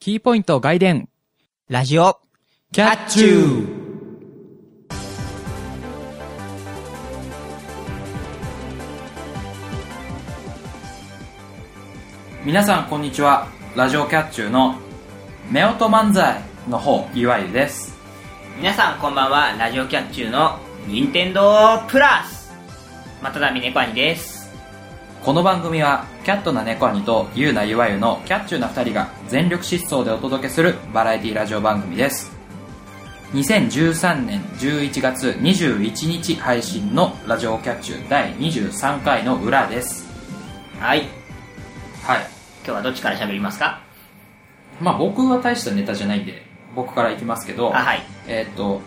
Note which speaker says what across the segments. Speaker 1: キーポイント外伝。
Speaker 2: ラジオ、
Speaker 1: キ
Speaker 2: ャッチュ
Speaker 1: ー皆さんこんにちは。ラジオキャッチューの夫婦漫才の方、岩井です。
Speaker 2: 皆さんこんばんは、ラジオキャッチューの任天堂プラスまただみねこあにです。
Speaker 1: この番組は、キャットな猫兄とゆうなゆわゆのキャッチューな二人が全力疾走でお届けするバラエティラジオ番組です。2013年11月21日配信のラジオキャッチュー第23回の裏です。
Speaker 2: はい、
Speaker 1: はい。
Speaker 2: 今日はどっちから喋りますか
Speaker 1: まあ僕は大したネタじゃないんで、僕からいきますけ
Speaker 2: あ、
Speaker 1: ど、
Speaker 2: はい。
Speaker 1: えーっと、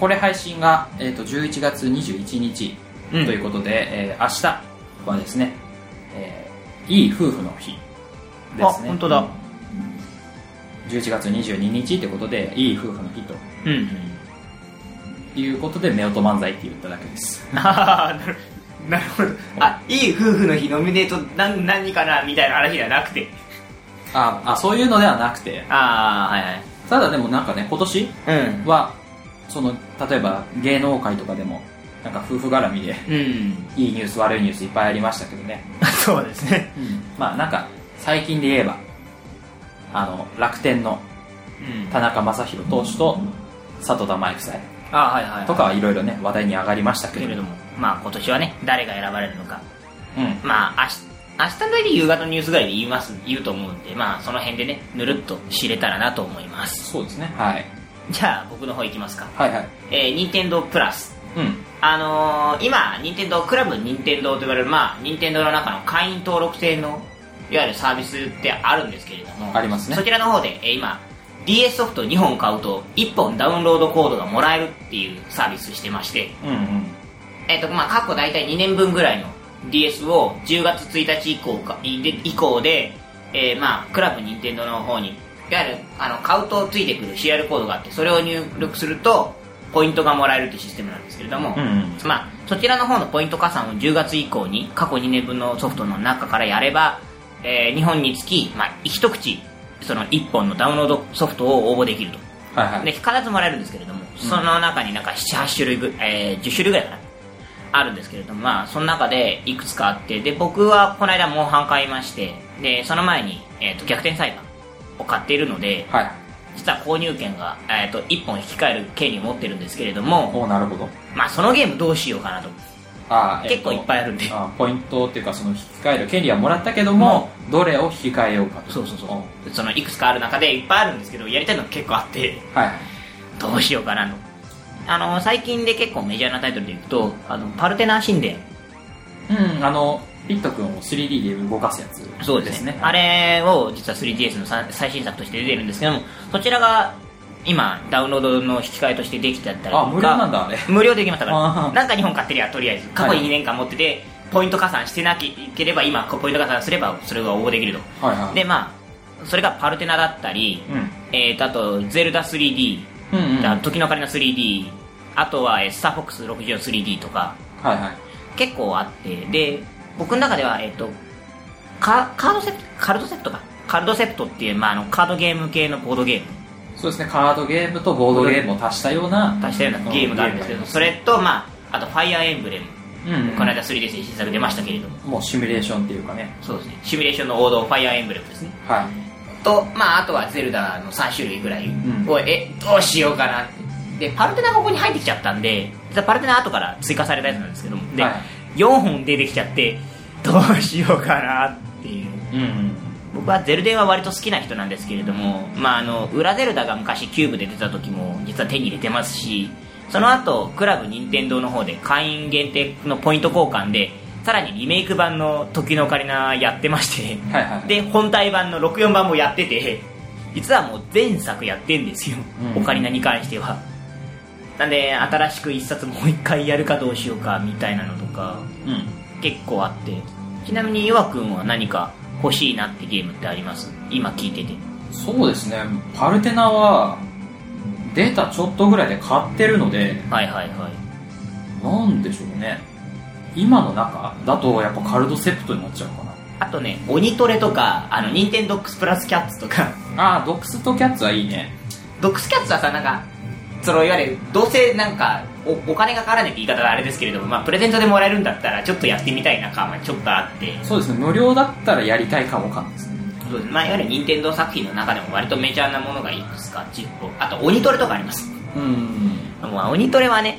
Speaker 1: これ配信が、えーっと11月21日と
Speaker 2: うん
Speaker 1: いうことで、えー明日はですね、えーいい夫婦の日ですね。
Speaker 2: あ本当だ。
Speaker 1: 11月22日ってことで、いい夫婦の日と
Speaker 2: うん。
Speaker 1: いうことで、夫婦漫才って言っただけです。
Speaker 2: あ ーなるなるほど。あ、いい夫婦の日ノミネート何何かなみたいな話じゃなくて。
Speaker 1: ああ、そういうのではなくて、
Speaker 2: あ
Speaker 1: ただでもなんかね、今年
Speaker 2: ー、はいはい。
Speaker 1: は、その、例えば芸能界とかでも、なんか夫婦絡みで、
Speaker 2: うん。うん。
Speaker 1: いいニュース悪いニュースいっぱいありましたけどね、
Speaker 2: そうですね。
Speaker 1: まあなんか最近で言えばあの楽天の
Speaker 2: うん。
Speaker 1: 田中将大投手と佐藤玉井夫妻
Speaker 2: あー、はいはい、はい。
Speaker 1: とかはいろいろね話題に上がりましたけ
Speaker 2: け
Speaker 1: れ
Speaker 2: れ
Speaker 1: ど
Speaker 2: ど
Speaker 1: も、
Speaker 2: も、まあ今年はね、誰が選ばれるのか。
Speaker 1: うん、
Speaker 2: まあ、明日、明日だけ夕方のニュースぐらいで言います、言うと思うんで、まあ、その辺でね、ぬるっと知れたらなと思います。
Speaker 1: そうですねはい
Speaker 2: じゃあ、僕の方行きますか。
Speaker 1: はいはい
Speaker 2: えー、任天堂プラス。
Speaker 1: うん
Speaker 2: あのー、今、任天堂クラブ任天堂と言われる、まあ、任天堂の中の会員登録制の、いわゆるサービスってあるんですけれども、
Speaker 1: ありますね
Speaker 2: そちらの方で、えー今、DS ソフト2本買うと、1本ダウンロードコードがもらえるっていうサービスしてまして、
Speaker 1: うんうん
Speaker 2: えっと、まあ、過去大体2年分ぐらいの DS を10月1日以降か、いで以降で、えーまあ、クラブ任天堂の方に、いわゆる、あの、カウントをついてくる CR コードがあって、それを入力すると、ポイントがもらえるというシステムなんですけれども、
Speaker 1: うんうん
Speaker 2: まあ、そちらの方のポイント加算を10月以降に、過去2年分のソフトの中からやれば、えー日本につき、まあ、一口、その1本のダウンロードソフトを応募できると。
Speaker 1: はいはい
Speaker 2: で必ずもらえるんですけれども、その中になんか7、8種類ぐ、えー10種類ぐらいかなあるんですけれども、まあ、その中でいくつかあってで僕はこの間モンハン買いましてでその前に、えー、と逆転裁判を買っているので
Speaker 1: はい
Speaker 2: 実は購入券が、えー、と1本引き換える権利を持ってるんですけれども、
Speaker 1: おおなるほど
Speaker 2: まあ、そのゲームどうしようかなと
Speaker 1: あー
Speaker 2: 結構いっぱいあるんで
Speaker 1: あーポイントっていうかその引き換える権利はもらったけども、どれを引き換えようかと
Speaker 2: そうそうそうそのいくつかある中でいっぱいあるんですけどやりたいの結構あって
Speaker 1: うはいはい
Speaker 2: どうしようかなと。あの、最近で結構メジャーなタイトルで言うと、あの、パルテナー神殿。
Speaker 1: うんあのピット君を 3D で動かすやつ
Speaker 2: そうですね。あ
Speaker 1: れ
Speaker 2: れを実は 3DS のさ最新作として出てるんですけども、そちらが今ダウンロードの引き換えとしてできちゃったりとか。
Speaker 1: あ無料なんだあれ
Speaker 2: 無料できましたか
Speaker 1: あ
Speaker 2: ら。
Speaker 1: ー
Speaker 2: なんか日本買ってりゃとりあえず、過去
Speaker 1: はい
Speaker 2: 2年間持ってて、ポイント加算してなければ今、ポイント加算すればそれが応募できると。
Speaker 1: はいはい
Speaker 2: で、まあ、それがパルテナだったり、えーと、あと、ゼルダ 3D、
Speaker 1: うんうんうん
Speaker 2: だ
Speaker 1: は
Speaker 2: から時の鐘の 3D あとはえースターフォックス 64-3D とか
Speaker 1: いはい
Speaker 2: 結構あってで僕の中では、えっとカカードセプトカルドセプトかカルドセプトっていう、まあ、あのカードゲーム系のボードゲーム
Speaker 1: そうですね、カードゲームとボードゲームを足したような、
Speaker 2: 出したようなゲームがあるんですけどそれと、まあ、あとファイアーエンブレム
Speaker 1: うんうん、
Speaker 2: この間 3DS で新作出ましたけれども
Speaker 1: もうシミュレーションっていうかね、
Speaker 2: そうですねシミュレーションの王道ファイアーエンブレムですね
Speaker 1: はい、
Speaker 2: と、まあ、あとはゼルダの3種類ぐらい
Speaker 1: ん
Speaker 2: を、えどうしようかなってでパルテナがここに入ってきちゃったんで実はパルテナ後から追加されたやつなんですけどもで、
Speaker 1: はい
Speaker 2: 4本出てきちゃってどうしようかなっていう
Speaker 1: うんうん、
Speaker 2: 僕はゼルデンは割と好きな人なんですけれども、まあ、あの裏ゼルダが昔キューブで出た時も実は手に入れてますしその後クラブ任天堂の方で会員限定のポイント交換でさらにリメイク版の「時のオカリナ」やってまして
Speaker 1: はいはい、
Speaker 2: で本体版の64版もやってて実はもう前作やってんですよ、
Speaker 1: うん
Speaker 2: オカリナに関してはなんで新しく一冊もう一回やるかどうしようかみたいなのとか
Speaker 1: うん、
Speaker 2: 結構あってちなみにゆわくんは何か欲しいなってゲームってあります今聞いてて
Speaker 1: そうですね、パルテナは、出たちょっとぐらいで買ってるので、
Speaker 2: はいはいはい
Speaker 1: なんでしょうね、今の中だと、やっぱカルドセプトになっちゃうかな。
Speaker 2: あとね鬼トレとかあの任天堂 x プラスキャッツとか
Speaker 1: ああドックスとキャッツはいいね
Speaker 2: ドックスキャッツはさなんかそのいわゆるどうせなんかおお金がかからないって言い方はあれですけれども、まあ、プレゼントでもらえるんだったらちょっとやってみたいな感はちょっとあって
Speaker 1: そうですね無料だったらやりたいかもかんですね
Speaker 2: そうですまあ、いわゆる任天堂作品の中でも割とメジャーなものがいくつか10個あと鬼トレとかあります
Speaker 1: うん
Speaker 2: まあ、鬼トレはね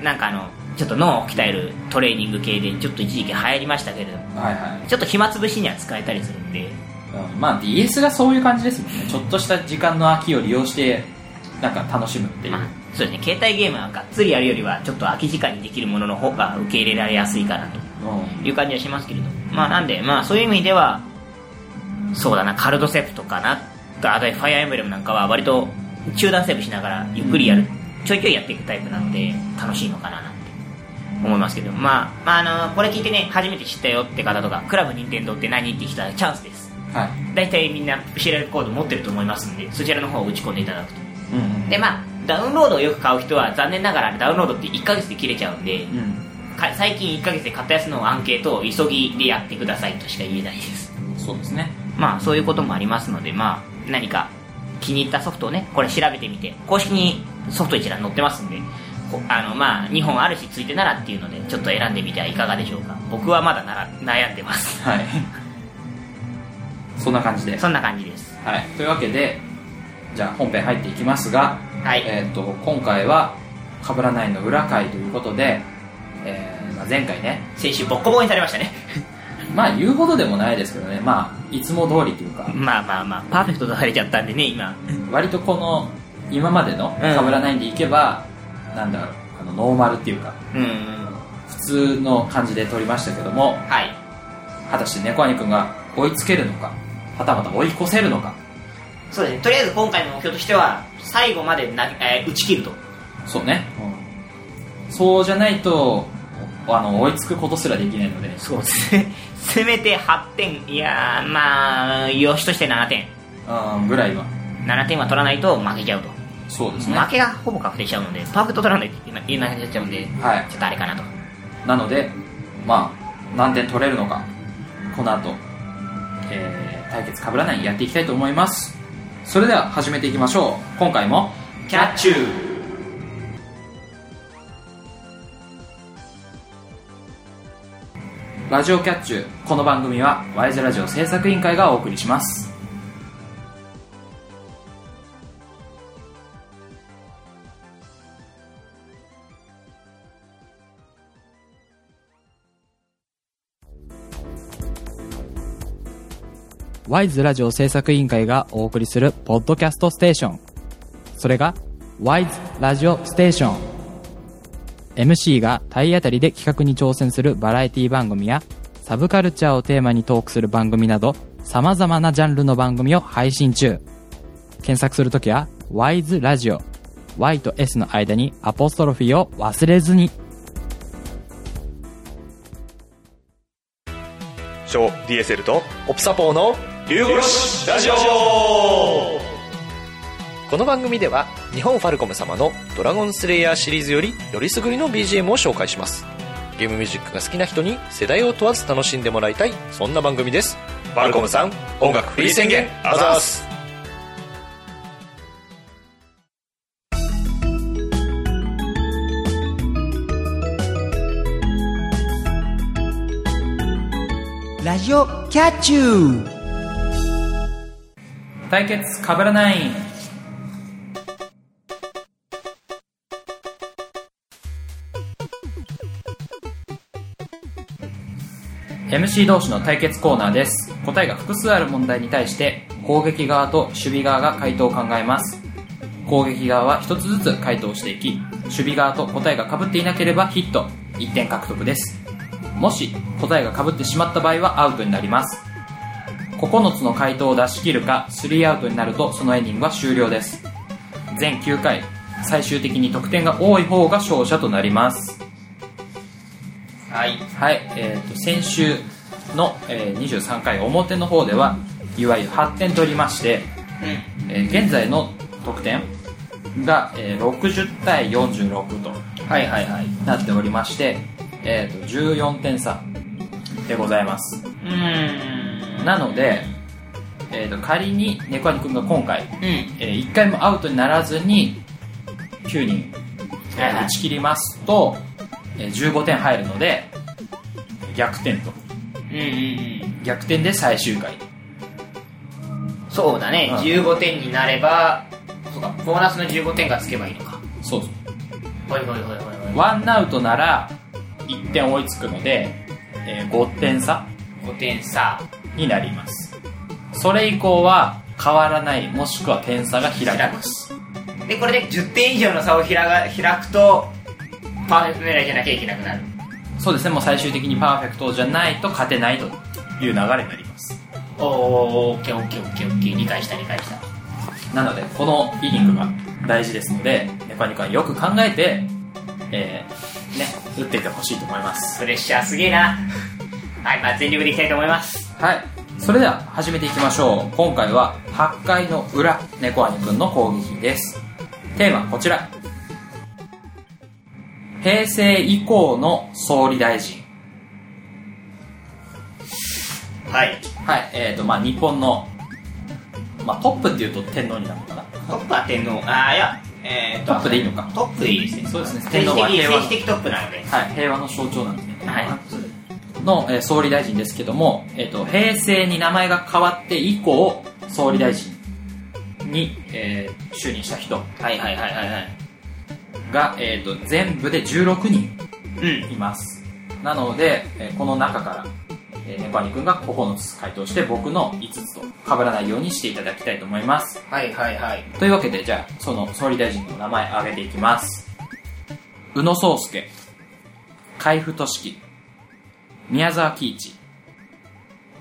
Speaker 2: なんかあのちょっと脳を鍛えるトレーニング系でちょっと一時期流行りましたけれども
Speaker 1: はいはい
Speaker 2: ちょっと暇つぶしには使えたりするん
Speaker 1: う
Speaker 2: で
Speaker 1: んまあ DS がそういう感じですもんねちょっとした時間の空きを利用してなんか楽しむっていう、
Speaker 2: まあ、そうですね携帯ゲームはがっつりやるよりはちょっと空き時間にできるものの方が受け入れられやすいかなと
Speaker 1: うん
Speaker 2: いう感じはしますけれどまあなんでまあそういう意味ではそうだなカルドセプトかなとあとファイアーエンブレムなんかは割と中断セーブしながらゆっくりやる、ちょいちょいやっていくタイプなので楽しいのかななんて思いますけどまあ、まあ、あのこれ聞いてね初めて知ったよって方とかクラブ任天堂って何ってきたらチャンスです
Speaker 1: はい
Speaker 2: 大体みんな知られるコード持ってると思いますんでそちらの方を打ち込んでいただくと
Speaker 1: うんうん
Speaker 2: でまあダウンロードをよく買う人は残念ながらダウンロードって1ヶ月で切れちゃうんで
Speaker 1: う
Speaker 2: か最近1ヶ月で買ったやつのアンケートを急ぎでやってくださいとしか言えないです
Speaker 1: んそうですね
Speaker 2: まあそういうこともありますのでまあ何か気に入ったソフトをねこれ調べてみて公式にソフト一覧載ってますんでこあのまあ2本あるしついてならっていうのでちょっと選んでみてはいかがでしょうか僕はまだなら悩んでます
Speaker 1: はい そんな感じで
Speaker 2: そんな感じです
Speaker 1: はい、というわけでじゃあ本編入っていきますが、
Speaker 2: はい
Speaker 1: えー、と今回は「かぶらない」の裏回ということで、えーまあ、前回ね
Speaker 2: 先週ボッコボコにされましたね
Speaker 1: まあ言うほどでもないですけどねまあいつも通りというか
Speaker 2: まあまあまあパーフェクトとされちゃったんでね今
Speaker 1: 割とこの今までの「
Speaker 2: うん
Speaker 1: かぶらない」でいけば、なんだろうあのノーマルっていうか
Speaker 2: うん
Speaker 1: 普通の感じで撮りましたけども
Speaker 2: はい
Speaker 1: 果たして猫兄くんが追いつけるのかはたまた追い越せるのか
Speaker 2: そうですねとりあえず今回の目標としては最後までな、えー打ち切ると
Speaker 1: そうね、そうじゃないとあの追いつくことすらできないので
Speaker 2: そうですねせめて8点いやーまあよしとして7点
Speaker 1: うんぐらいは
Speaker 2: 7点は取らないと負けちゃうと、
Speaker 1: そうですね
Speaker 2: 負けがほぼ確定しちゃうのでパーフェクト取らないといけないいけなくなっちゃうんで
Speaker 1: はい
Speaker 2: ちょっとあれかなと
Speaker 1: なのでまあ何点取れるのかこの後、えー、対決かぶらないやっていきたいと思いますそれでは始めていきましょう今回も
Speaker 2: キャッチュー
Speaker 1: ラジオキャッチューこの番組はワイズラジオ制作委員会がお送りしますワイズラジオ制作委員会がお送りするポッドキャストステーションそれがワイズラジオステーション MC が体当たりで企画に挑戦するバラエティ番組やサブカルチャーをテーマにトークする番組など様々なジャンルの番組を配信中検索するときは WISE ラジオ Y と S の間にアポストロフィーを忘れずに
Speaker 3: 小 DSL とオプサポーの龍語シラジオこの番組では日本ファルコム様の「ドラゴンスレイヤー」シリーズよりよりすぐりの BGM を紹介しますゲームミュージックが好きな人に世代を問わず楽しんでもらいたいそんな番組ですファルコムさん音楽フリー宣言アザース
Speaker 4: ラジオキャッチュー
Speaker 1: 対決かぶらないMC 同士の対決コーナーです答えが複数ある問題に対して攻撃側と守備側が回答を考えます攻撃側は1つずつ回答していき守備側と答えがかぶっていなければヒット1点獲得ですもし答えがかぶってしまった場合はアウトになります9つの回答を出し切るか3アウトになるとそのエニングは終了です全9回最終的に得点が多い方が勝者となります
Speaker 2: はい
Speaker 1: はい、えー、と先週の、えー23回表の方ではいわゆる8点取りまして、えー現在の得点が、えー60対46と
Speaker 2: はいはいはい
Speaker 1: なっておりまして、えー、と14点差でございます
Speaker 2: うーん
Speaker 1: なので、えー、と仮に猫兄くんが今回、
Speaker 2: うん
Speaker 1: え1回もアウトにならずに9人、えー
Speaker 2: はいはい
Speaker 1: 打ち切りますと、えー15点入るので逆転と
Speaker 2: うんうんうん
Speaker 1: 逆転で最終回
Speaker 2: そうだね、
Speaker 1: うん
Speaker 2: 15点になればそうかボーナスの15点がつけばいいのか
Speaker 1: そうそう
Speaker 2: ほいほいほいほいほい
Speaker 1: ワンアウトなら1点追いつくので、え5点差
Speaker 2: 5点差
Speaker 1: になりますそれ以降は変わらないもしくは点差が開きます
Speaker 2: でこれで10点以上の差を開が開くとパーフェクト狙いじゃなきゃいけなくなる
Speaker 1: そうですねもう最終的にパーフェクトじゃないと勝てないという流れになります
Speaker 2: おおオッケーオッケーオッケーオッケー理解した理解した
Speaker 1: なのでこのイニングが大事ですのでネパニカはよく考えて、えーね、打っていってほしいと思います
Speaker 2: プレッシャーすげえなはいまあ全力でいきたいと思います
Speaker 1: はいそれでは始めていきましょう今回は8回の裏猫兄くんの攻撃ですテーマはこちら平成以降の総理大臣
Speaker 2: はい
Speaker 1: はいえーとまあ日本の、まあ、トップっていうと天皇になるのかな
Speaker 2: トップは天皇ああいやえー
Speaker 1: トップでいいのか
Speaker 2: トップでいいですね
Speaker 1: そうですね天
Speaker 2: 政治的
Speaker 1: 皇は平和
Speaker 2: 政治的トップなので
Speaker 1: はい、平和の象徴なんですね。
Speaker 2: はい
Speaker 1: の、えー総理大臣ですけども、えっ、と、平成に名前が変わって以降、総理大臣に、えー就任した人
Speaker 2: はいはいはいはいはい
Speaker 1: が、えっ、と、全部で16人
Speaker 2: うん
Speaker 1: います。なので、えーこの中から、えー、ネパニ君が9つ回答して、僕の5つと被らないようにしていただきたいと思います。
Speaker 2: はいはいはい
Speaker 1: というわけで、じゃあ、その総理大臣の名前挙げていきます。宇野宗介、海部俊樹、宮沢喜一、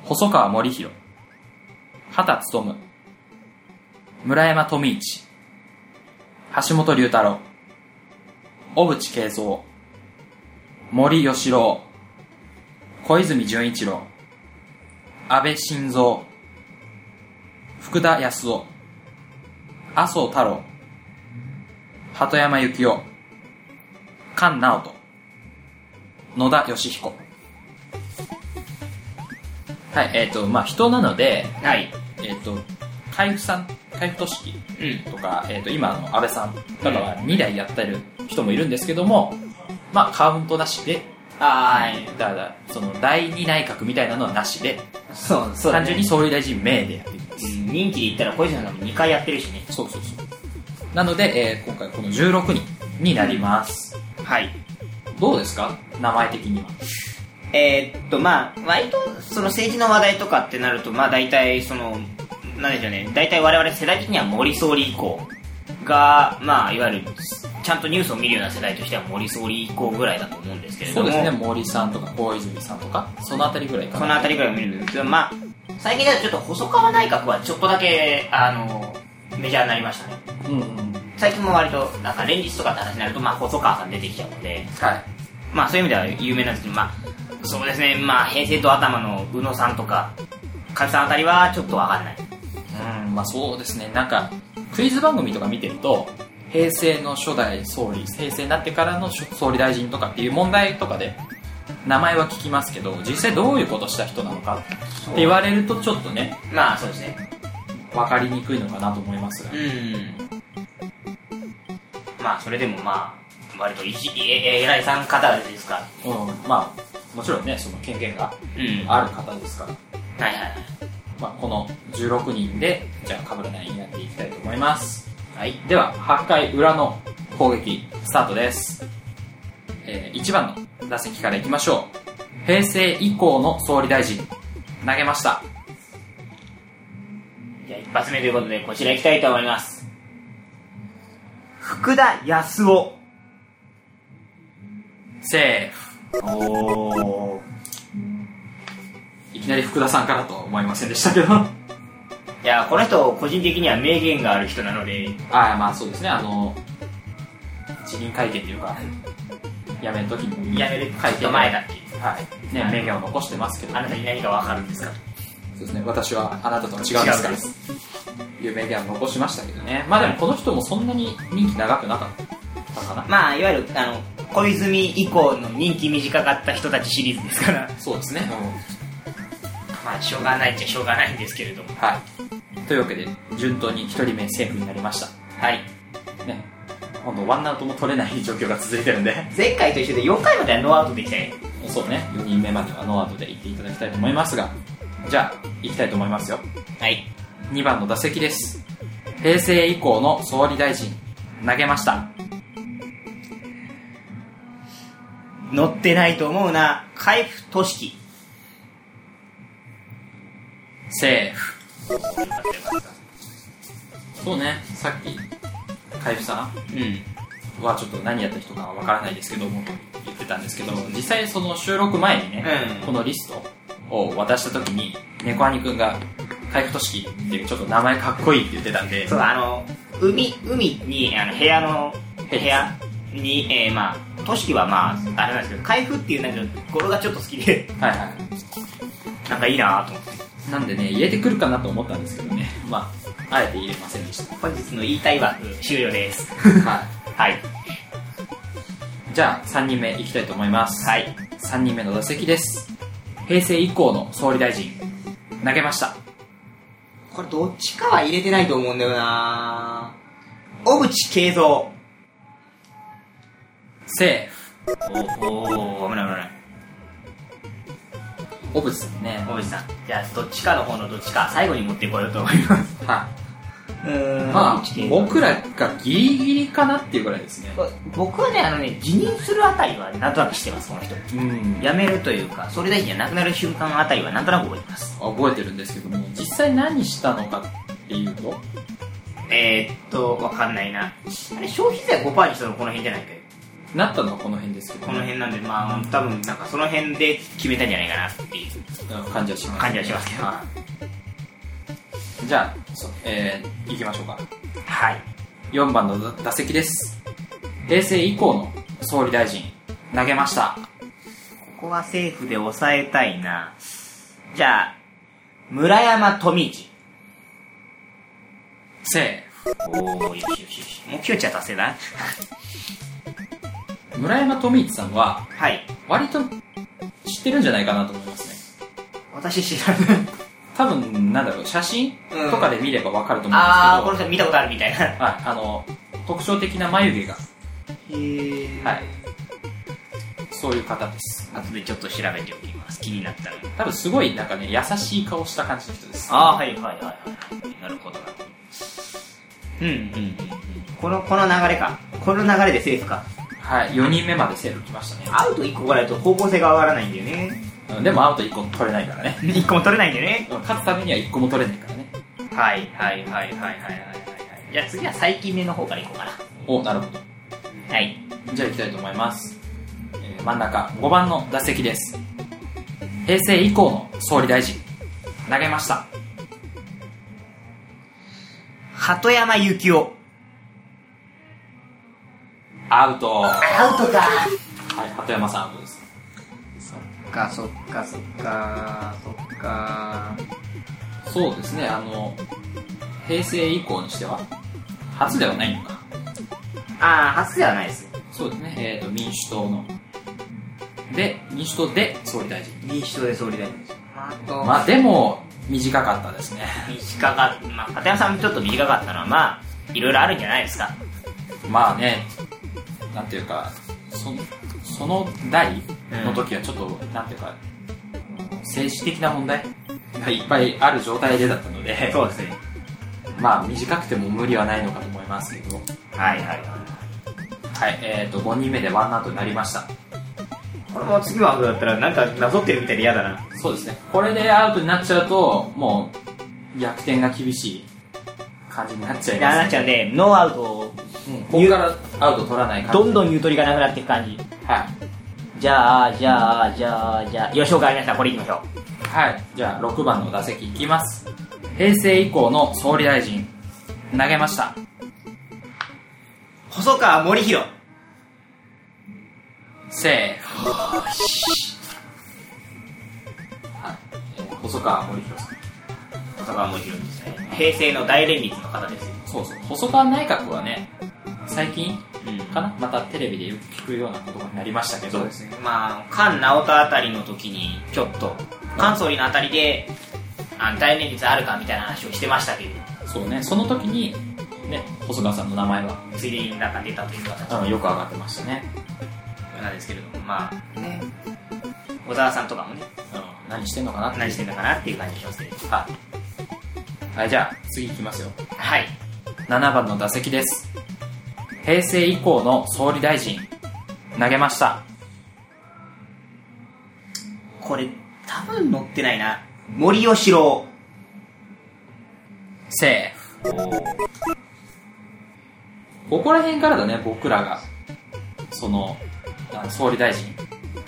Speaker 1: 細川森弘、畑勉、村山富一、橋本龍太郎、小渕恵三、森喜朗、小泉純一郎、安倍晋三、福田康夫、麻生太郎、鳩山幸夫、菅直人、野田義彦。はい、えっ、と、まあ、人なので、
Speaker 2: はい
Speaker 1: えっ、と、海部さん、海部俊樹
Speaker 2: うん
Speaker 1: とか、えっ、と、今の安倍さんとかは2代やってる人もいるんですけども、まあ、カウントなしで、
Speaker 2: はい
Speaker 1: だから、その、第二内閣みたいなのはなしで、
Speaker 2: そうそうだ
Speaker 1: 単
Speaker 2: ね
Speaker 1: 純に総理大臣名でやっていきます。
Speaker 2: うん任期で言ったら小泉さんなんか2回やってるしね
Speaker 1: そうそうそう。なので、えー今回この16人になります。
Speaker 2: はい
Speaker 1: どうですか名前的には。
Speaker 2: えーっとまあ割とその政治の話題とかってなるとまあ大体そのなんでしょうね大体我々世代的には森総理以降がまあいわゆるちゃんとニュースを見るような世代としては森総理以降ぐらいだと思うんですけれど
Speaker 1: そう
Speaker 2: も
Speaker 1: ですね、森さんとか小泉さんとか、そのあたりぐらいか
Speaker 2: こ
Speaker 1: な。
Speaker 2: の辺りぐらいを見るんですけどまあ最近だとちょっと細川内閣はちょっとだけあのメジャーになりましたね
Speaker 1: うんうん。
Speaker 2: 最近も割となんか連日とかって話になるとまあ細川さん出てきちゃうので
Speaker 1: はい。
Speaker 2: まあそういう意味では有名なんですけど、まあそうですね、まあ平成と頭の宇野さんとか、カさんあたりはちょっとわかんない。
Speaker 1: うん、まあそうですね、なんか、クイズ番組とか見てると、平成の初代総理、平成になってからの初総理大臣とかっていう問題とかで、名前は聞きますけど、実際どういうことした人なのかって言われるとちょっとね、
Speaker 2: まあそうですね。
Speaker 1: わかりにくいのかなと思いますが。
Speaker 2: うん。まあそれでもまあ、割といじええ偉いさん方ですから。
Speaker 1: うん、まあ、もちろんね、その権限が
Speaker 2: うんは
Speaker 1: ある方ですから。
Speaker 2: いはいはい。
Speaker 1: まあ、この16人でじゃあかぶらないようにやっていきたいと思います、はい、では8回裏の攻撃スタートです、えー1番の打席からいきましょう平成以降の総理大臣投げました
Speaker 2: じゃあ一発目ということでこちら行きたいと思います。福田康夫。
Speaker 1: セーフ
Speaker 2: おー。
Speaker 1: いきなり福田さんからとは思いませんでしたけど あ
Speaker 2: いや、この人、個人的には名言がある人なので、
Speaker 1: あまあそうですねあの辞任会見というか辞める時に
Speaker 2: やめる
Speaker 1: 会
Speaker 2: 回
Speaker 1: 見
Speaker 2: と前だっていう。
Speaker 1: はいね名言を残してますけど
Speaker 2: あなたに何がわかるんですか
Speaker 1: そうですね、私はあなたとは違うんですから
Speaker 2: 違うんです
Speaker 1: 有名ギャン残しましたけどねまあでもこの人もそんなに人気長くなかったかな
Speaker 2: まあ、いわゆる、あの、小泉以降の人気短かった人たちシリーズですから。
Speaker 1: そうですね、
Speaker 2: まあ、まあしょうがないっちゃしょうがないんですけれども
Speaker 1: はいというわけで順当に1人目セーフになりまし
Speaker 2: はい
Speaker 1: たね今度ワンアウトも取れない状況が続いてるんで
Speaker 2: 前回と一緒で4回まではノーアウトできたよ
Speaker 1: そうね4人目まではノーアウトで行っていただきたいと思いますがじゃあ行きたいと思いますよ
Speaker 2: はい
Speaker 1: 2番の打席です平成以降の総理大臣投げました
Speaker 2: 乗ってないと思うな海部俊樹
Speaker 1: セーフそうねさっき海部さ
Speaker 2: うん
Speaker 1: んはちょっと何やった人かわからないですけども言ってたんですけど実際その収録前にね、
Speaker 2: うん
Speaker 1: このリストを渡した時に猫兄くんが海部俊樹っていうちょっと名前かっこいいって言ってたんで
Speaker 2: そうあの海海にあの部屋の部屋に、えー、まあ俊樹はまああれなんですけど海部っていうなんか語呂がちょっと好きで
Speaker 1: はいはい
Speaker 2: なんかいいなと思って
Speaker 1: なんでね、入れてくるかなと思ったんですけどね、まあ、あえて入れませんで し
Speaker 2: 本日の言いたい枠終了 です
Speaker 1: た。は
Speaker 2: は
Speaker 1: い。
Speaker 2: い
Speaker 1: じゃあ、3人目いきたいと思います。。
Speaker 2: はいい
Speaker 1: 3人目の打席です。平成以降の総理大臣、投げました。
Speaker 2: これどっちかは入れてないと思うんだよな小渕恵三
Speaker 1: セ
Speaker 2: おおお危ない危ない
Speaker 1: ーフ。小渕さんね。
Speaker 2: 小渕さんじゃあどっちかの方のどっちか最後に持ってこようと思います
Speaker 1: は
Speaker 2: うー
Speaker 1: い。
Speaker 2: ん
Speaker 1: まあ、僕らがギリギリかなっていうぐらいですね。
Speaker 2: 僕はねあのね辞任するあたりはなんとなくしてますこの人
Speaker 1: うん。
Speaker 2: 辞めるというかそれ大臣じゃなくなる瞬間あたりはなんとなく覚えてます
Speaker 1: 覚えてるんですけども、実際何したのかっていうと、
Speaker 2: えー、っとわかんないなあれ消費税5%にしたのこの辺じゃないかよ
Speaker 1: なったのはこの辺ですけど、
Speaker 2: この辺なんでまあ多分なんかその辺で決めたんじゃないかなっていう
Speaker 1: うん感じはします。
Speaker 2: 感じはしますけど
Speaker 1: は。
Speaker 2: はい
Speaker 1: じゃあ、そうえー、行きましょうか。
Speaker 2: い
Speaker 1: 4番の打席です平成以降の総理大臣投げました
Speaker 2: ここは政府で抑えたいなじゃあ村山富一
Speaker 1: セ
Speaker 2: おおよしよしよしもう9ちゃ達成だ
Speaker 1: ーフ村山富一さんは
Speaker 2: はい
Speaker 1: 割と知ってるんじゃないかなと思いますね
Speaker 2: 私知らない
Speaker 1: 多分なんだろう写真
Speaker 2: うん
Speaker 1: とかで見ればわかると思うんですけ
Speaker 2: ああ
Speaker 1: ど、
Speaker 2: この人見たことあるみたいなへ
Speaker 1: はい、あの特徴的な眉毛が、
Speaker 2: え
Speaker 1: はい、そういう方です
Speaker 2: 後でちょっと調べておきます気になったら
Speaker 1: 多分すごいなんかね優しい顔した感じの人です
Speaker 2: ああはいはいはいはいなるほどなうんうんうんうんこのこの流れかこの流れでセーフか
Speaker 1: はい4人目までセーフ来ましたね
Speaker 2: アウト1個ぐらいだと方向性が上がらないんだよね
Speaker 1: うんでもアウト1個も取れないからね
Speaker 2: 1個も取れないんだよね
Speaker 1: うん勝つためには1個も取れないからね
Speaker 2: はいはいはいはいはいはいはいじゃあ次は最近目の方からいこうか
Speaker 1: おなるほど
Speaker 2: なはい
Speaker 1: じゃあ行きたいと思います、えー真ん中5番の打席です平成以降の総理大臣投げました
Speaker 2: 鳩山幸雄
Speaker 1: アウトは
Speaker 2: アウトか
Speaker 1: い鳩山さんアウトです
Speaker 2: そっかそっかそっかそっか
Speaker 1: そうですねあの平成以降にしては初ではないのか
Speaker 2: ああ初ではないです
Speaker 1: そうですねえっ、と民主党ので民主党で総理大臣
Speaker 2: 民主党で総理大臣ですあと
Speaker 1: まあでも短かったですね
Speaker 2: 短かったまあ片山さんもちょっと短かったのはまあいろいろあるんじゃないですか
Speaker 1: まあねなんていうかそその代の時はちょっと、なんていうか政治的な問題がいっぱいある状態でだったので
Speaker 2: そうですね
Speaker 1: まあ短くても無理はないのかと思いますけど
Speaker 2: はいはいはい
Speaker 1: はいえー、と5人目でワンアウトになりました
Speaker 2: これも次のアウトだったらなんかなぞってるみたいで嫌だな
Speaker 1: そうですねこれでアウトになっちゃうともう逆転が厳しい感じになっちゃいます
Speaker 2: なっちゃうんでノーアウトを
Speaker 1: うんここからアウト取らない感じ
Speaker 2: どんどんゆとりがなくなっていく感じ
Speaker 1: はい、
Speaker 2: じゃあじゃあじゃあじゃあよしおかありましたこれいきましょ
Speaker 1: はい、じゃあ6番の打席いきます平成以降の総理大臣投げました
Speaker 2: う細川森弘
Speaker 1: せーフはいえー細川森弘さん
Speaker 2: 細川森弘ですね平成の大連立の方です
Speaker 1: そうそう細川内閣はね最近
Speaker 2: うん
Speaker 1: かなまたテレビでよく聞くような言葉になりましたけど
Speaker 2: ねまあ菅直人あたりの時にちょっとカンソリーのあたりであの対面率あるかみたいな話をしてましたけど
Speaker 1: そうねその時にね細川さんの名前は
Speaker 2: ついでになんか出たという形
Speaker 1: あのよく上がってましたね、
Speaker 2: なんですけれどもまあね小沢さんとかもね
Speaker 1: うん、何してんのかなって
Speaker 2: 何してんのかなっていう感じしますけど
Speaker 1: ははいじゃあ次いきますよ
Speaker 2: はい
Speaker 1: 7番の打席です平成以降の総理大臣投げました
Speaker 2: これ多分載ってないな森喜朗
Speaker 1: セーフここら辺からだね僕らがそのあの総理大臣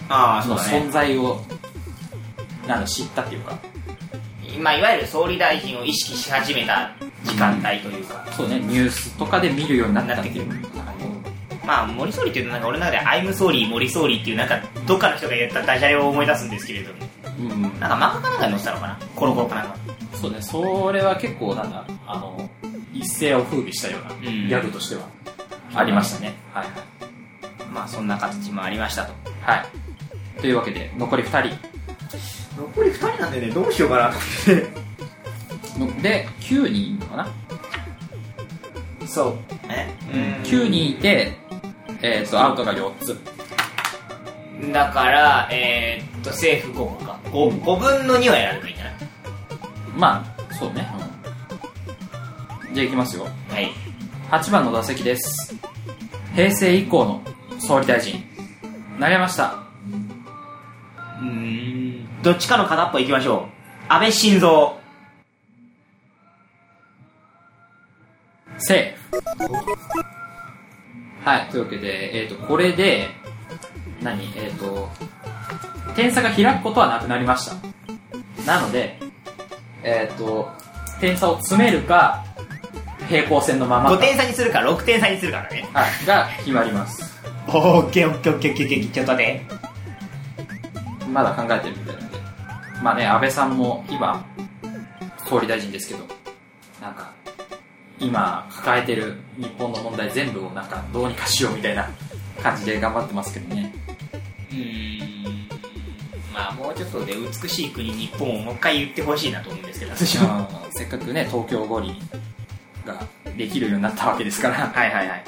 Speaker 2: あ
Speaker 1: の存在をあの知ったっていうか
Speaker 2: まあ、いわゆる総理大臣を意識し始めた時間帯というか、
Speaker 1: そうねニュースとかで見るようになったっていう
Speaker 2: なまあ、森総理っていうとなんか俺の中で「アイム総理森総理」っていうなんかどっかの人が言ったダジャレを思い出すんですけれども
Speaker 1: うん、
Speaker 2: なんか漫画かなんかに載せたのかなコロコロかなんか
Speaker 1: そうねそれは結構なんだあの一世を風靡したようなギ
Speaker 2: ん
Speaker 1: ャグとしてはありましたね、はい
Speaker 2: まあそんな形もありましたと
Speaker 1: はい、はい、というわけで残り2人
Speaker 2: 残り2人なんでねどうしようかなと思っ
Speaker 1: ので9人いるのかな、
Speaker 2: てそうえ
Speaker 1: 9人いて、えー、とアウトが4つ
Speaker 2: だからえー、っと政府5か 5, 分の2はやらればいいんじゃない
Speaker 1: まあそうね、うんじゃあいきますよ
Speaker 2: はい
Speaker 1: 8番の打席です平成以降の総理大臣投げました
Speaker 2: うーんどっちかの片っぽ行きましょう安倍晋三
Speaker 1: セーフはいというわけで、えー、とこれで何えっ、と点差が開くことはなくなりましたなのでえっ、と点差を詰めるか平行線のまま
Speaker 2: 5
Speaker 1: か
Speaker 2: 点差にするか6点差にするからね
Speaker 1: はい、が決まります
Speaker 2: オッケーオッケーオッケーオッケーオッケーちょっと待って
Speaker 1: まだ考えてるみたいなんでまあね安倍さんも今総理大臣ですけどなんか今抱えてる日本の問題全部をなんかどうにかしようみたいな感じで頑張ってますけどね
Speaker 2: うーんまあもうちょっとで美しい国日本をもう一回言ってほしいなと思うんですけど私は
Speaker 1: あのせっかくね東京五輪ができるようになったわけですから
Speaker 2: はいはいはい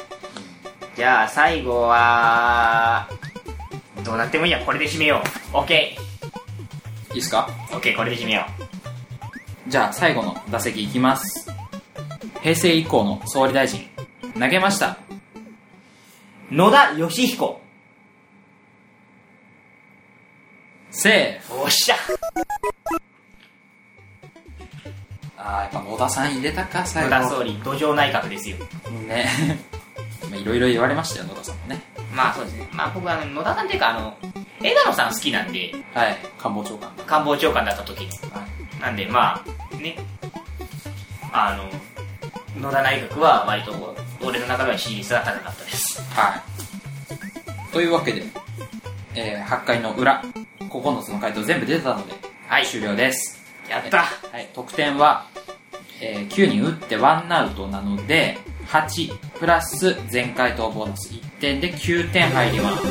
Speaker 2: じゃあ最後はどうなってもいいやこれで締めよう OKOK
Speaker 1: いいですか
Speaker 2: これで締めよ
Speaker 1: じゃあ最後の打席いきます平成以降の総理大臣投げました
Speaker 2: う野田義彦
Speaker 1: セーフ
Speaker 2: おっしゃ
Speaker 1: ああやっぱ野田さん入れたか最
Speaker 2: 野
Speaker 1: 後
Speaker 2: 田総理土壌内閣ですよ
Speaker 1: ね まあいろいろ言われましたよ野田さんもね
Speaker 2: まあそうですねまあ僕はあの野田さんっていうかあの枝野さん好きなんで
Speaker 1: はい官房長官
Speaker 2: 官房長官だった時の
Speaker 1: はい
Speaker 2: なんでまあねあの野田内閣は割と俺の中では支持率が高かったです
Speaker 1: はいというわけで、えー、8回の裏9つの回答全部出てたので、はい、終了です
Speaker 2: やった
Speaker 1: はい、得点は、えー9人打ってワンアウトなので8プラス全回答ボーナス1点で9点入ります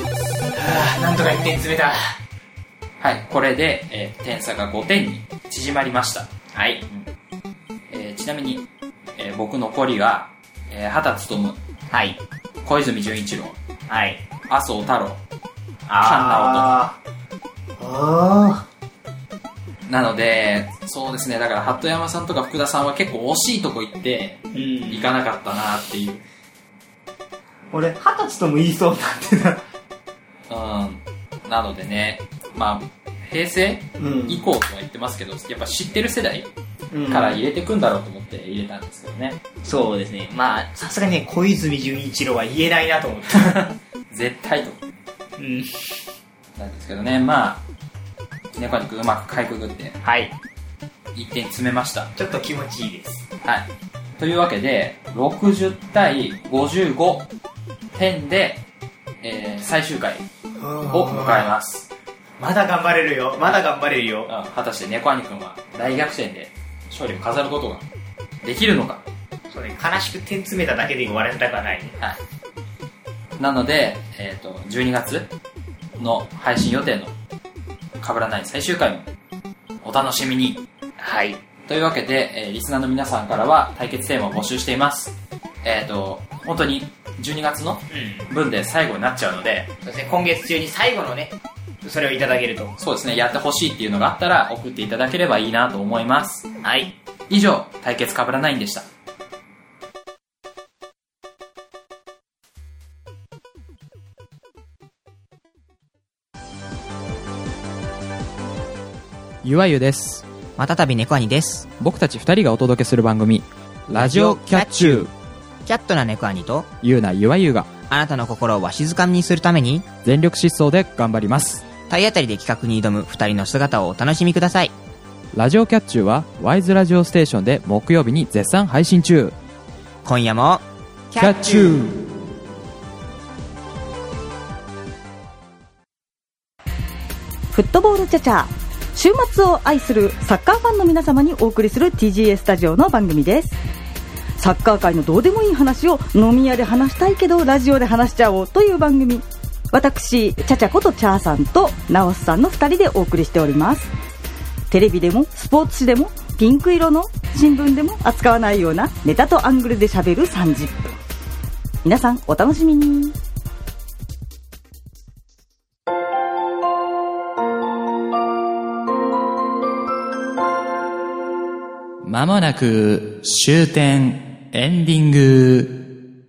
Speaker 2: あなんとか1点詰めた
Speaker 1: はいこれで、えー点差が5点に縮まりました、
Speaker 2: はい
Speaker 1: えーちなみに、えー僕残りが、えー、畑勉
Speaker 2: はい
Speaker 1: 小泉純一郎
Speaker 2: はい
Speaker 1: 麻生太郎
Speaker 2: あーあ
Speaker 1: なのでそうですねだから鳩山さんとか福田さんは結構惜しいとこ行って
Speaker 2: ー
Speaker 1: 行
Speaker 2: うん
Speaker 1: かなかったなっていう
Speaker 2: 俺二十歳とも言いそうになって
Speaker 1: うん、なのでね、まあ、平成
Speaker 2: うん
Speaker 1: 以降とは言ってますけど、やっぱ知ってる世代
Speaker 2: た
Speaker 1: から入れてくんだろうと思って入れたんですけどね、
Speaker 2: そうですねまあさすがにね小泉純一郎は言えないなと思っ
Speaker 1: 絶対と
Speaker 2: たうん
Speaker 1: なんですけどね、まあ、猫肉うまくかいくぐって
Speaker 2: はい
Speaker 1: 1点詰めました。
Speaker 2: ちょっと気持ちいいです
Speaker 1: はい。というわけで、60対55点で、えー最終回を迎えます。
Speaker 2: まだ頑張れるよまだ頑張れるよ
Speaker 1: うん果たして猫兄くんは大逆転で勝利を飾ることができるのか
Speaker 2: それ悲しく点詰めただけで終わらせたくはないね
Speaker 1: はい。なので、えっ、と、12月の配信予定の被らない最終回も楽しみに
Speaker 2: はい
Speaker 1: というわけで、えーリスナーの皆さんからは対決テーマを募集していますえっ、と本当に12月の
Speaker 2: うん
Speaker 1: 分で最後になっちゃうので
Speaker 2: そして今月中に最後のねそれをいただけると
Speaker 1: そうですねやってほしいっていうのがあったら送っていただければいいなと思います
Speaker 2: はい
Speaker 1: 以上対決かぶらないんでした
Speaker 5: ゆわゆです
Speaker 6: またたび猫兄です。
Speaker 5: 僕たち二人がお届けする番組「ラジオキャッチュー
Speaker 6: キャットな猫兄と、」
Speaker 5: ゆうなゆわゆが
Speaker 6: あなたの心をわしづかみにするために、
Speaker 5: 全力疾走で頑張ります
Speaker 6: 体当たりで企画に挑む二人の姿をお楽しみください。
Speaker 5: ラジオキャッチューはワイズラジオステーションで木曜日に絶賛配信中
Speaker 6: 今夜も、
Speaker 5: キャッチュー
Speaker 7: フットボールチャチャ週末を愛するサッカーファンの皆様にお送りする TGA スタジオの番組ですサッカー界のどうでもいい話を飲み屋で話したいけどラジオで話しちゃおうという番組私チャチャことチャーさんとナオスさんの2人でお送りしておりますテレビでもスポーツ紙でもピンク色の新聞でも扱わないようなネタとアングルで喋る30分皆さんお楽しみに
Speaker 1: まもなく終点エンディング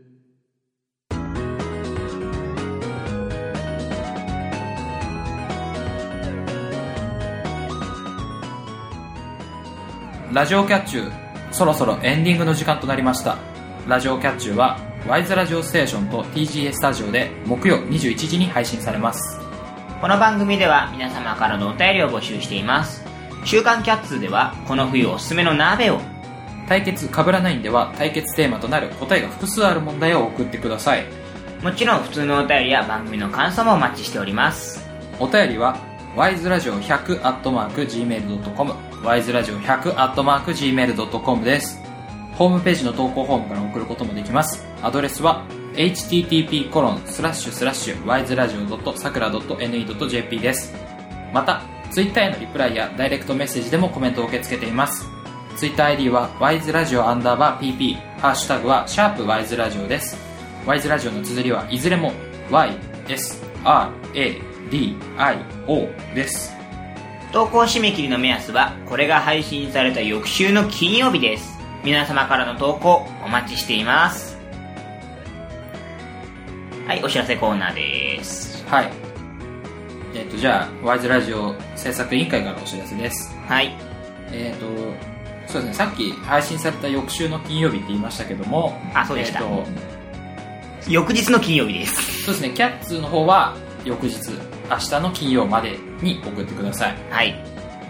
Speaker 1: ラジオキャッチューそろそろエンディングの時間となりましたラジオキャッチューはワイズラジオステーションと TGA スタジオで木曜21時に配信されます
Speaker 2: この番組では皆様からのお便りを募集しています週刊キャッツではこの冬おすすめの鍋を
Speaker 1: 対決かぶらないんでは対決テーマとなる答えが複数ある問題を送ってください
Speaker 2: もちろん普通のお便りや番組の感想もお待ちしております
Speaker 1: お便りは wiseradio100.gmail.com wiseradio100.gmail.com ですホームページの投稿フォームから送ることもできますアドレスは http://wiseradio.sakura.ne.jp ですまた Twitter へのリプライやダイレクトメッセージでもコメントを受け付けています TwitterID は wiseradio_pp ハッシュタグは #wiseradio ですワイズラジオの綴りはいずれも YSRADIO です。
Speaker 2: 投稿締め切りの目安はこれが配信された翌週の金曜日です皆様からの投稿お待ちしていますはいお知らせコーナーです
Speaker 1: はい。えっ、と、じゃあ、ワイズラジオ制作委員会からお知らせです。
Speaker 2: はい
Speaker 1: えっ、と、そうですね、さっき配信された翌週の金曜日って言いましたけども、
Speaker 2: あそうでした
Speaker 1: えーと
Speaker 2: 翌日の金曜日です
Speaker 1: そうですね、キャッツの方は翌日、明日の金曜までに送ってください。
Speaker 2: はい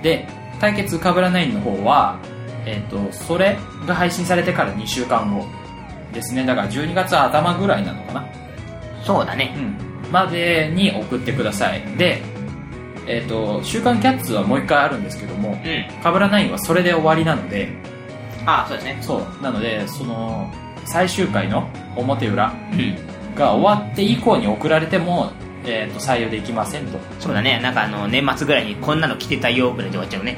Speaker 1: で、対決かぶらないの方は、えっ、と、それが配信されてから2週間後ですね。だから12月頭ぐらいなのかな。
Speaker 2: そうだね
Speaker 1: うん、までに送ってくださいで、えーと「週刊キャッツ」はもう一回あるんですけども
Speaker 2: うん
Speaker 1: 「かぶらない」はそれで終わりなので
Speaker 2: あそうですね
Speaker 1: そうなのでその最終回の表裏
Speaker 2: うん
Speaker 1: が終わって以降に送られても、えー、と採用できませんと、
Speaker 2: そうだねなんかあの年末ぐらいにこんなの来てたよぐらいで終わっちゃうね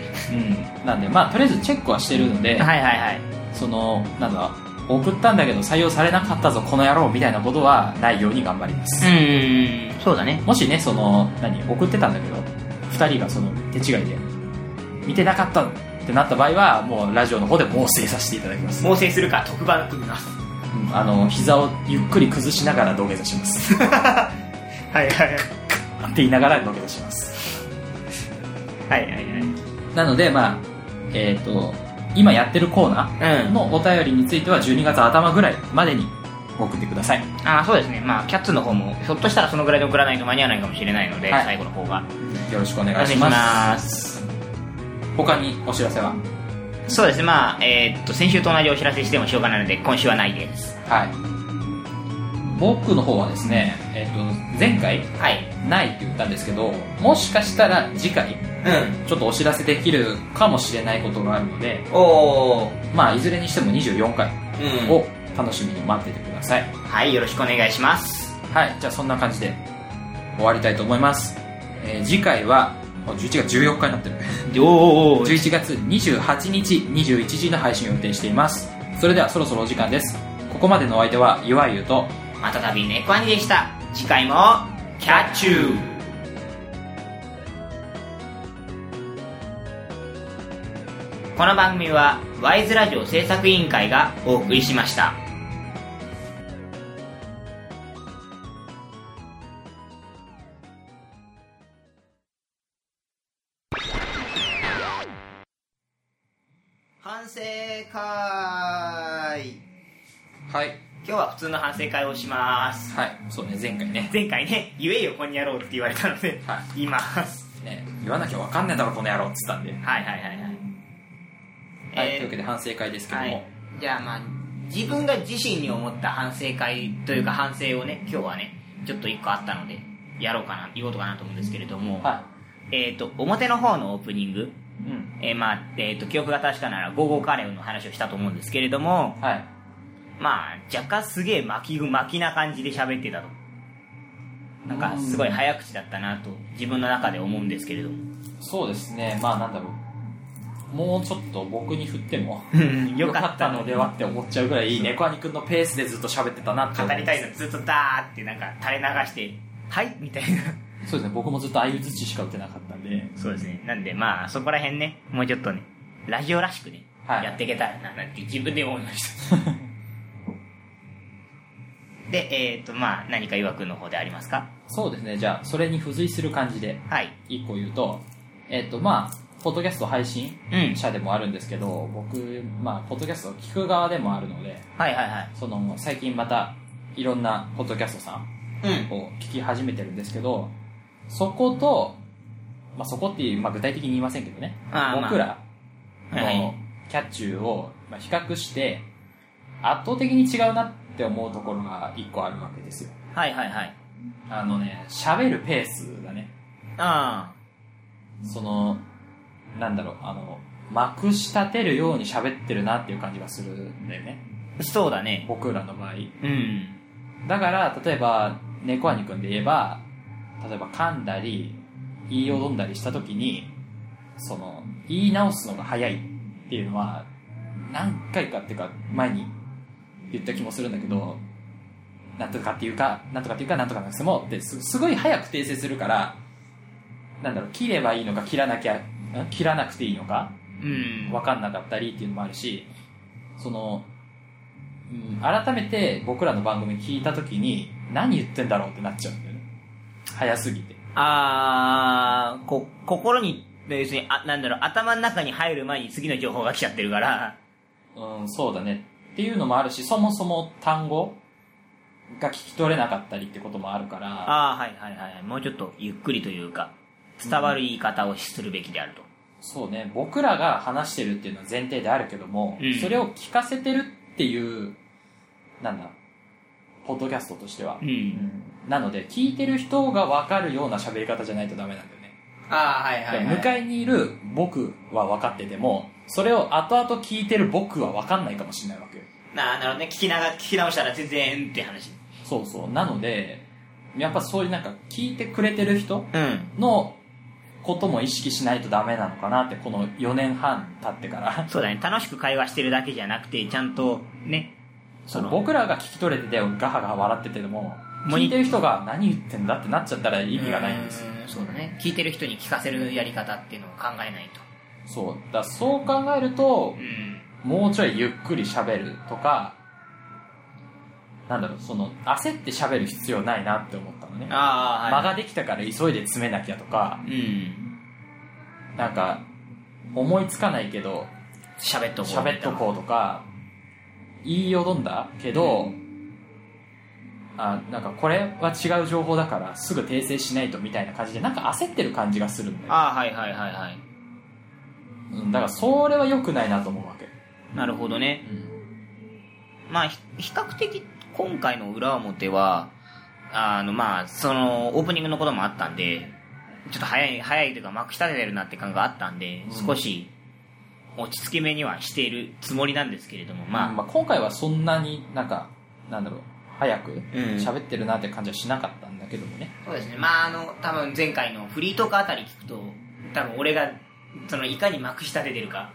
Speaker 1: うん、なんでまあとりあえずチェックはしてるので、
Speaker 2: はいはいはい
Speaker 1: そのなんだ送ったんだけど採用されなかったぞこの野郎みたいなことはないように頑張ります、
Speaker 2: うーんそうだね
Speaker 1: もしねその何送ってたんだけど2人がその手違いで見てなかったってなった場合はもうラジオの方で猛省させていただきます、
Speaker 2: 猛省するか特番組みます
Speaker 1: うんあの膝をゆっくり崩しながら土下座します
Speaker 2: はいは
Speaker 1: っ
Speaker 2: い
Speaker 1: て言いながら土下座します
Speaker 2: はいはいはい
Speaker 1: なのでまあえっ、と今やってるコーナー
Speaker 2: うん
Speaker 1: のお便りについては12月頭ぐらいまでに送ってください
Speaker 2: あーそうですねまあキャッツの方もひょっとしたらそのぐらいで送らないと間に合わないかもしれないので、
Speaker 1: はい
Speaker 2: 最後の方が
Speaker 1: よろしくお
Speaker 2: お
Speaker 1: 願
Speaker 2: 願
Speaker 1: い
Speaker 2: い
Speaker 1: し
Speaker 2: し
Speaker 1: ます
Speaker 2: ます
Speaker 1: 他にお知らせは
Speaker 2: そうですねまあえーっと先週と同じお知らせしてもしょうがないので今週はないです
Speaker 1: はい僕の方はですね、えっと前回
Speaker 2: はい
Speaker 1: ないって言ったんですけどもしかしたら次回
Speaker 2: う
Speaker 1: ちょっとお知らせできるかもしれないことがあるので
Speaker 2: んおお
Speaker 1: まあいずれにしても24回
Speaker 2: うん
Speaker 1: を楽しみに待っててください、
Speaker 2: はいよろしくお願いします
Speaker 1: はいじゃあそんな感じで終わりたいと思います、えー次回はあ11月14日になってる
Speaker 2: おーおーおー
Speaker 1: 11月28日21時の配信を予定していますそれではそろそろお時間ですここまでのお相手はゆわゆうと
Speaker 2: またたび猫兄でした次回もキャッチューこの番組はワイズラジオ制作委員会がお送りしました。反省会
Speaker 1: はい
Speaker 2: 今日は普通の反省会をします
Speaker 1: はいそうね前回ね
Speaker 2: 前回ね言えよこんにゃろうって言われたので、
Speaker 1: は
Speaker 2: 言います
Speaker 1: ね言わなきゃわかんねえだろこの野郎っつったんではい、
Speaker 2: はいはいはいはい、
Speaker 1: というわけで反省会ですけども、
Speaker 2: はい、じゃあまあ自分が自身に思った反省会というか反省をね今日はねちょっと一個あったのでやろうかな言おうかなと思うんですけれども、
Speaker 1: は
Speaker 2: えっ、と表の方のオープニング
Speaker 1: いうん
Speaker 2: えーまあえー、と記憶が確かなら「ゴーゴーカレー」の話をしたと思うんですけれども
Speaker 1: はい
Speaker 2: まあ若干すげえ巻きぐ巻きな感じで喋ってたとなんか
Speaker 1: うん
Speaker 2: すごい早口だったなと自分の中で思うんですけれども
Speaker 1: そうですねまあなんだろうもうちょっと僕に振っても
Speaker 2: よかったの
Speaker 1: の
Speaker 2: で
Speaker 1: で
Speaker 2: は
Speaker 1: はって思っちゃうぐらい猫アニくんのペースでずっと喋ってたなって
Speaker 2: 語
Speaker 1: 思
Speaker 2: りたいのずっとダーってなんか垂れ流して「はい」みたいな
Speaker 1: そうですね僕もずっと相槌しか打てなかったんで
Speaker 2: そうですね。なんで、まあ、そこら辺ね、もうちょっとね、ラジオらしくね、
Speaker 1: はい
Speaker 2: やっていけたらな、なんて自分で思いま した。で、えっ、と、まあ、何か岩くんの方でありますか
Speaker 1: そうですねじゃあそれに付随する感じで
Speaker 2: はい。
Speaker 1: 一個言うとえっ、とまあポッドキャスト配信
Speaker 2: うん。
Speaker 1: 者でもあるんですけど僕まあポッドキャストを聞く側でもあるので
Speaker 2: はいはいはい。
Speaker 1: その最近またいろんなポッドキャストさん
Speaker 2: うん。
Speaker 1: を聞き始めてるんですけどそこと、まあ、そこっていう、まあ、具体的に言いませんけどね
Speaker 2: あーまあ
Speaker 1: 僕ら
Speaker 2: はい
Speaker 1: のキャッチューをまあ比較して圧倒的に違うなって思うところが一個あるわけですよ
Speaker 2: はいはいはい。
Speaker 1: あのね喋るペースがね
Speaker 2: あ
Speaker 1: そのなんだろうあのまくし立てるように喋ってるなっていう感じがするんだよね
Speaker 2: あ、そうだね。
Speaker 1: 僕らの場合
Speaker 2: うん。
Speaker 1: だから例えば猫兄くんで言えば例えば噛んだり言いよどんだりした時にその言い直すのが早いっていうのは何回かっていうか前に言った気もするんだけどなんとかっていうかなんとかっていうかなんとかなんですもってすすごい早く訂正するからなんだろう切ればいいのか切らなきゃん切らなくていいのか
Speaker 2: うん。
Speaker 1: 分かんなかったりっていうのもあるしその、うん、改めて僕らの番組聞いた時に何言ってんだろうってなっちゃうんだよね早すぎて
Speaker 2: あー、こ、心に、要するに、あ、なんだろう、頭の中に入る前に次の情報が来ちゃってるから、
Speaker 1: うんそうだねっていうのもあるしそもそも単語が聞き取れなかったりってこともあるから
Speaker 2: ああ、はいはいはい。もうちょっとゆっくりというか、伝わる言い方をするべきであると。
Speaker 1: そうね僕らが話してるっていうのは前提であるけども、
Speaker 2: うん
Speaker 1: それを聞かせてるっていうなんだポッドキャストとしては、
Speaker 2: ん。
Speaker 1: うんなので聞いてる人が分かるような喋り方じゃないとダメなんだよね
Speaker 2: ああ、はい
Speaker 1: 向かいにいる僕は分かっててもそれを後々聞いてる僕は分かんないかもしれないわけよ
Speaker 2: ななるほどね。聞きなが聞き直したら全然って話。
Speaker 1: そうそうなのでやっぱそういうなんか聞いてくれてる人
Speaker 2: うん。
Speaker 1: のことも意識しないとダメなのかなってこの4年半経ってから
Speaker 2: そうだね。楽しく会話してるだけじゃなくて、ちゃんと、ね。
Speaker 1: そ
Speaker 2: そうの
Speaker 1: 僕らが聞き取れててガハガハ笑ってても
Speaker 2: もうい
Speaker 1: 聞いてる人が何言ってんだってなっちゃったら意味がないんですよ
Speaker 2: うーんそうだね。聞いてる人に聞かせるやり方っていうのを考えないと。
Speaker 1: そうだからそう考えると
Speaker 2: うん。
Speaker 1: もうちょいゆっくり喋るとかなんだろうその焦って喋る必要ないなって思ったのね
Speaker 2: あ
Speaker 1: 間ができたから急いで詰めなきゃとか
Speaker 2: うん。
Speaker 1: なんか思いつかないけど
Speaker 2: 喋っとこう。
Speaker 1: 喋っとこうとか言いよどんだけど、あなんかこれは違う情報だからすぐ訂正しないとみたいな感じでなんか焦ってる感じがするんだよ、
Speaker 2: ああ、はいはいはいはい。
Speaker 1: うん、だからそれは良くないなと思うわけ、
Speaker 2: なるほどね。まあ、ひ比較的今回の裏表は、あの、まあ、その、オープニングのこともあったんで、ちょっと早い、早いというか、まくし立ててるなって感があったんで、
Speaker 1: うん
Speaker 2: 少し、落ち着き目にはしているつもりなんですけれども、
Speaker 1: まあ、ま
Speaker 2: ま
Speaker 1: あ今回はそんなになんかなんだろう早く喋ってるなって感じはしなかったんだけどもね、
Speaker 2: あ、そうですね。まあ、あの、多分前回のフリートークあたり聞くと、多分俺がそのいかにまくし立ててるか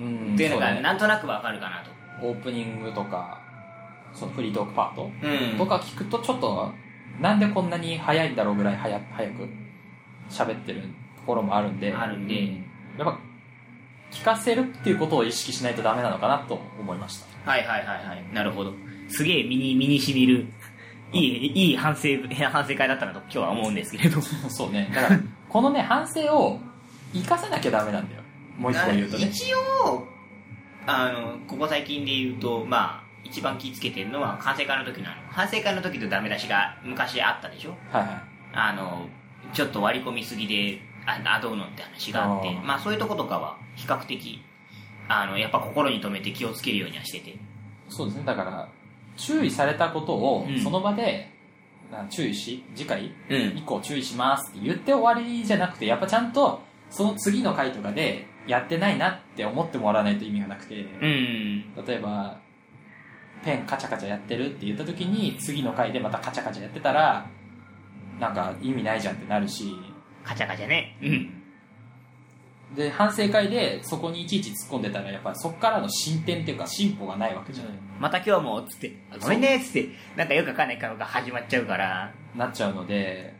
Speaker 1: うん
Speaker 2: っていうの
Speaker 1: そう
Speaker 2: が
Speaker 1: ね
Speaker 2: なんとなくわかるかなと
Speaker 1: オープニングとかそのフリートークパート
Speaker 2: うん
Speaker 1: とか聞くとちょっとなんでこんなに早いんだろうぐらい早早く喋ってるところもあるんで
Speaker 2: あるんで
Speaker 1: うやっぱ聞かせるっていうことを意識しないとダメなのかなと思いました
Speaker 2: はいはいはいはいなるほどすげえ身に身にしみるいいいい反省反省会だったなと今日は思うんですけれ ど
Speaker 1: そうね。だから、このね、反省を生かさなきゃダメなんだよ。もう一個言うとね。
Speaker 2: 一応あのここ最近で言うとまあ一番気ぃつけてるのは反省会の時のあの反省会の時とダメ出しが昔あったでしょ
Speaker 1: はいはい。
Speaker 2: あのちょっと割り込みすぎでああどうのって話があって
Speaker 1: あー
Speaker 2: まあそういうとことかは比較的あのやっぱ心に留めて気をつけるようにはしてて
Speaker 1: そうですね。だから、注意されたことを
Speaker 2: うん、
Speaker 1: その場で、な注意し、次回
Speaker 2: うん
Speaker 1: 以降注意しますって言って終わりじゃなくて、やっぱちゃんと、その次の回とかで、やってないなって思ってもらわないと意味がなくて、
Speaker 2: うん
Speaker 1: 例えば、ペンカチャカチャやってるって言った時に、次の回でまたカチャカチャやってたら、なんか意味ないじゃんってなるし、
Speaker 2: カチャカチャねうん
Speaker 1: で反省会でそこにいちいち突っ込んでたらやっぱりそこからの進展っていうか進歩がないわけじゃない、
Speaker 2: また今日もつってごめんねっつってなんかよくわかんない顔が始まっちゃうから
Speaker 1: なっちゃうので、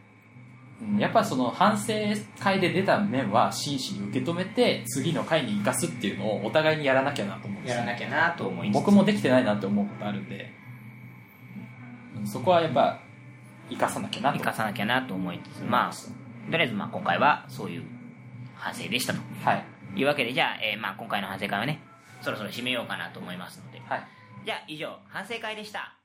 Speaker 1: うん、やっぱその反省会で出た面は真摯に受け止めて次の回に生かすっていうのをお互いにやらなきゃなと思うんです
Speaker 2: やらなきゃなと思いつつ
Speaker 1: 僕もできてないなって思うことあるんで、うんそこはやっぱ生かさなきゃなと
Speaker 2: 生かさなきゃなと思いつつまあとりあえずまあ今回はそういう反省でしたと
Speaker 1: はい
Speaker 2: いうわけでじゃあ,、えーまあ今回の反省会はねそろそろ締めようかなと思いますので
Speaker 1: はい
Speaker 2: じゃあ以上反省会でした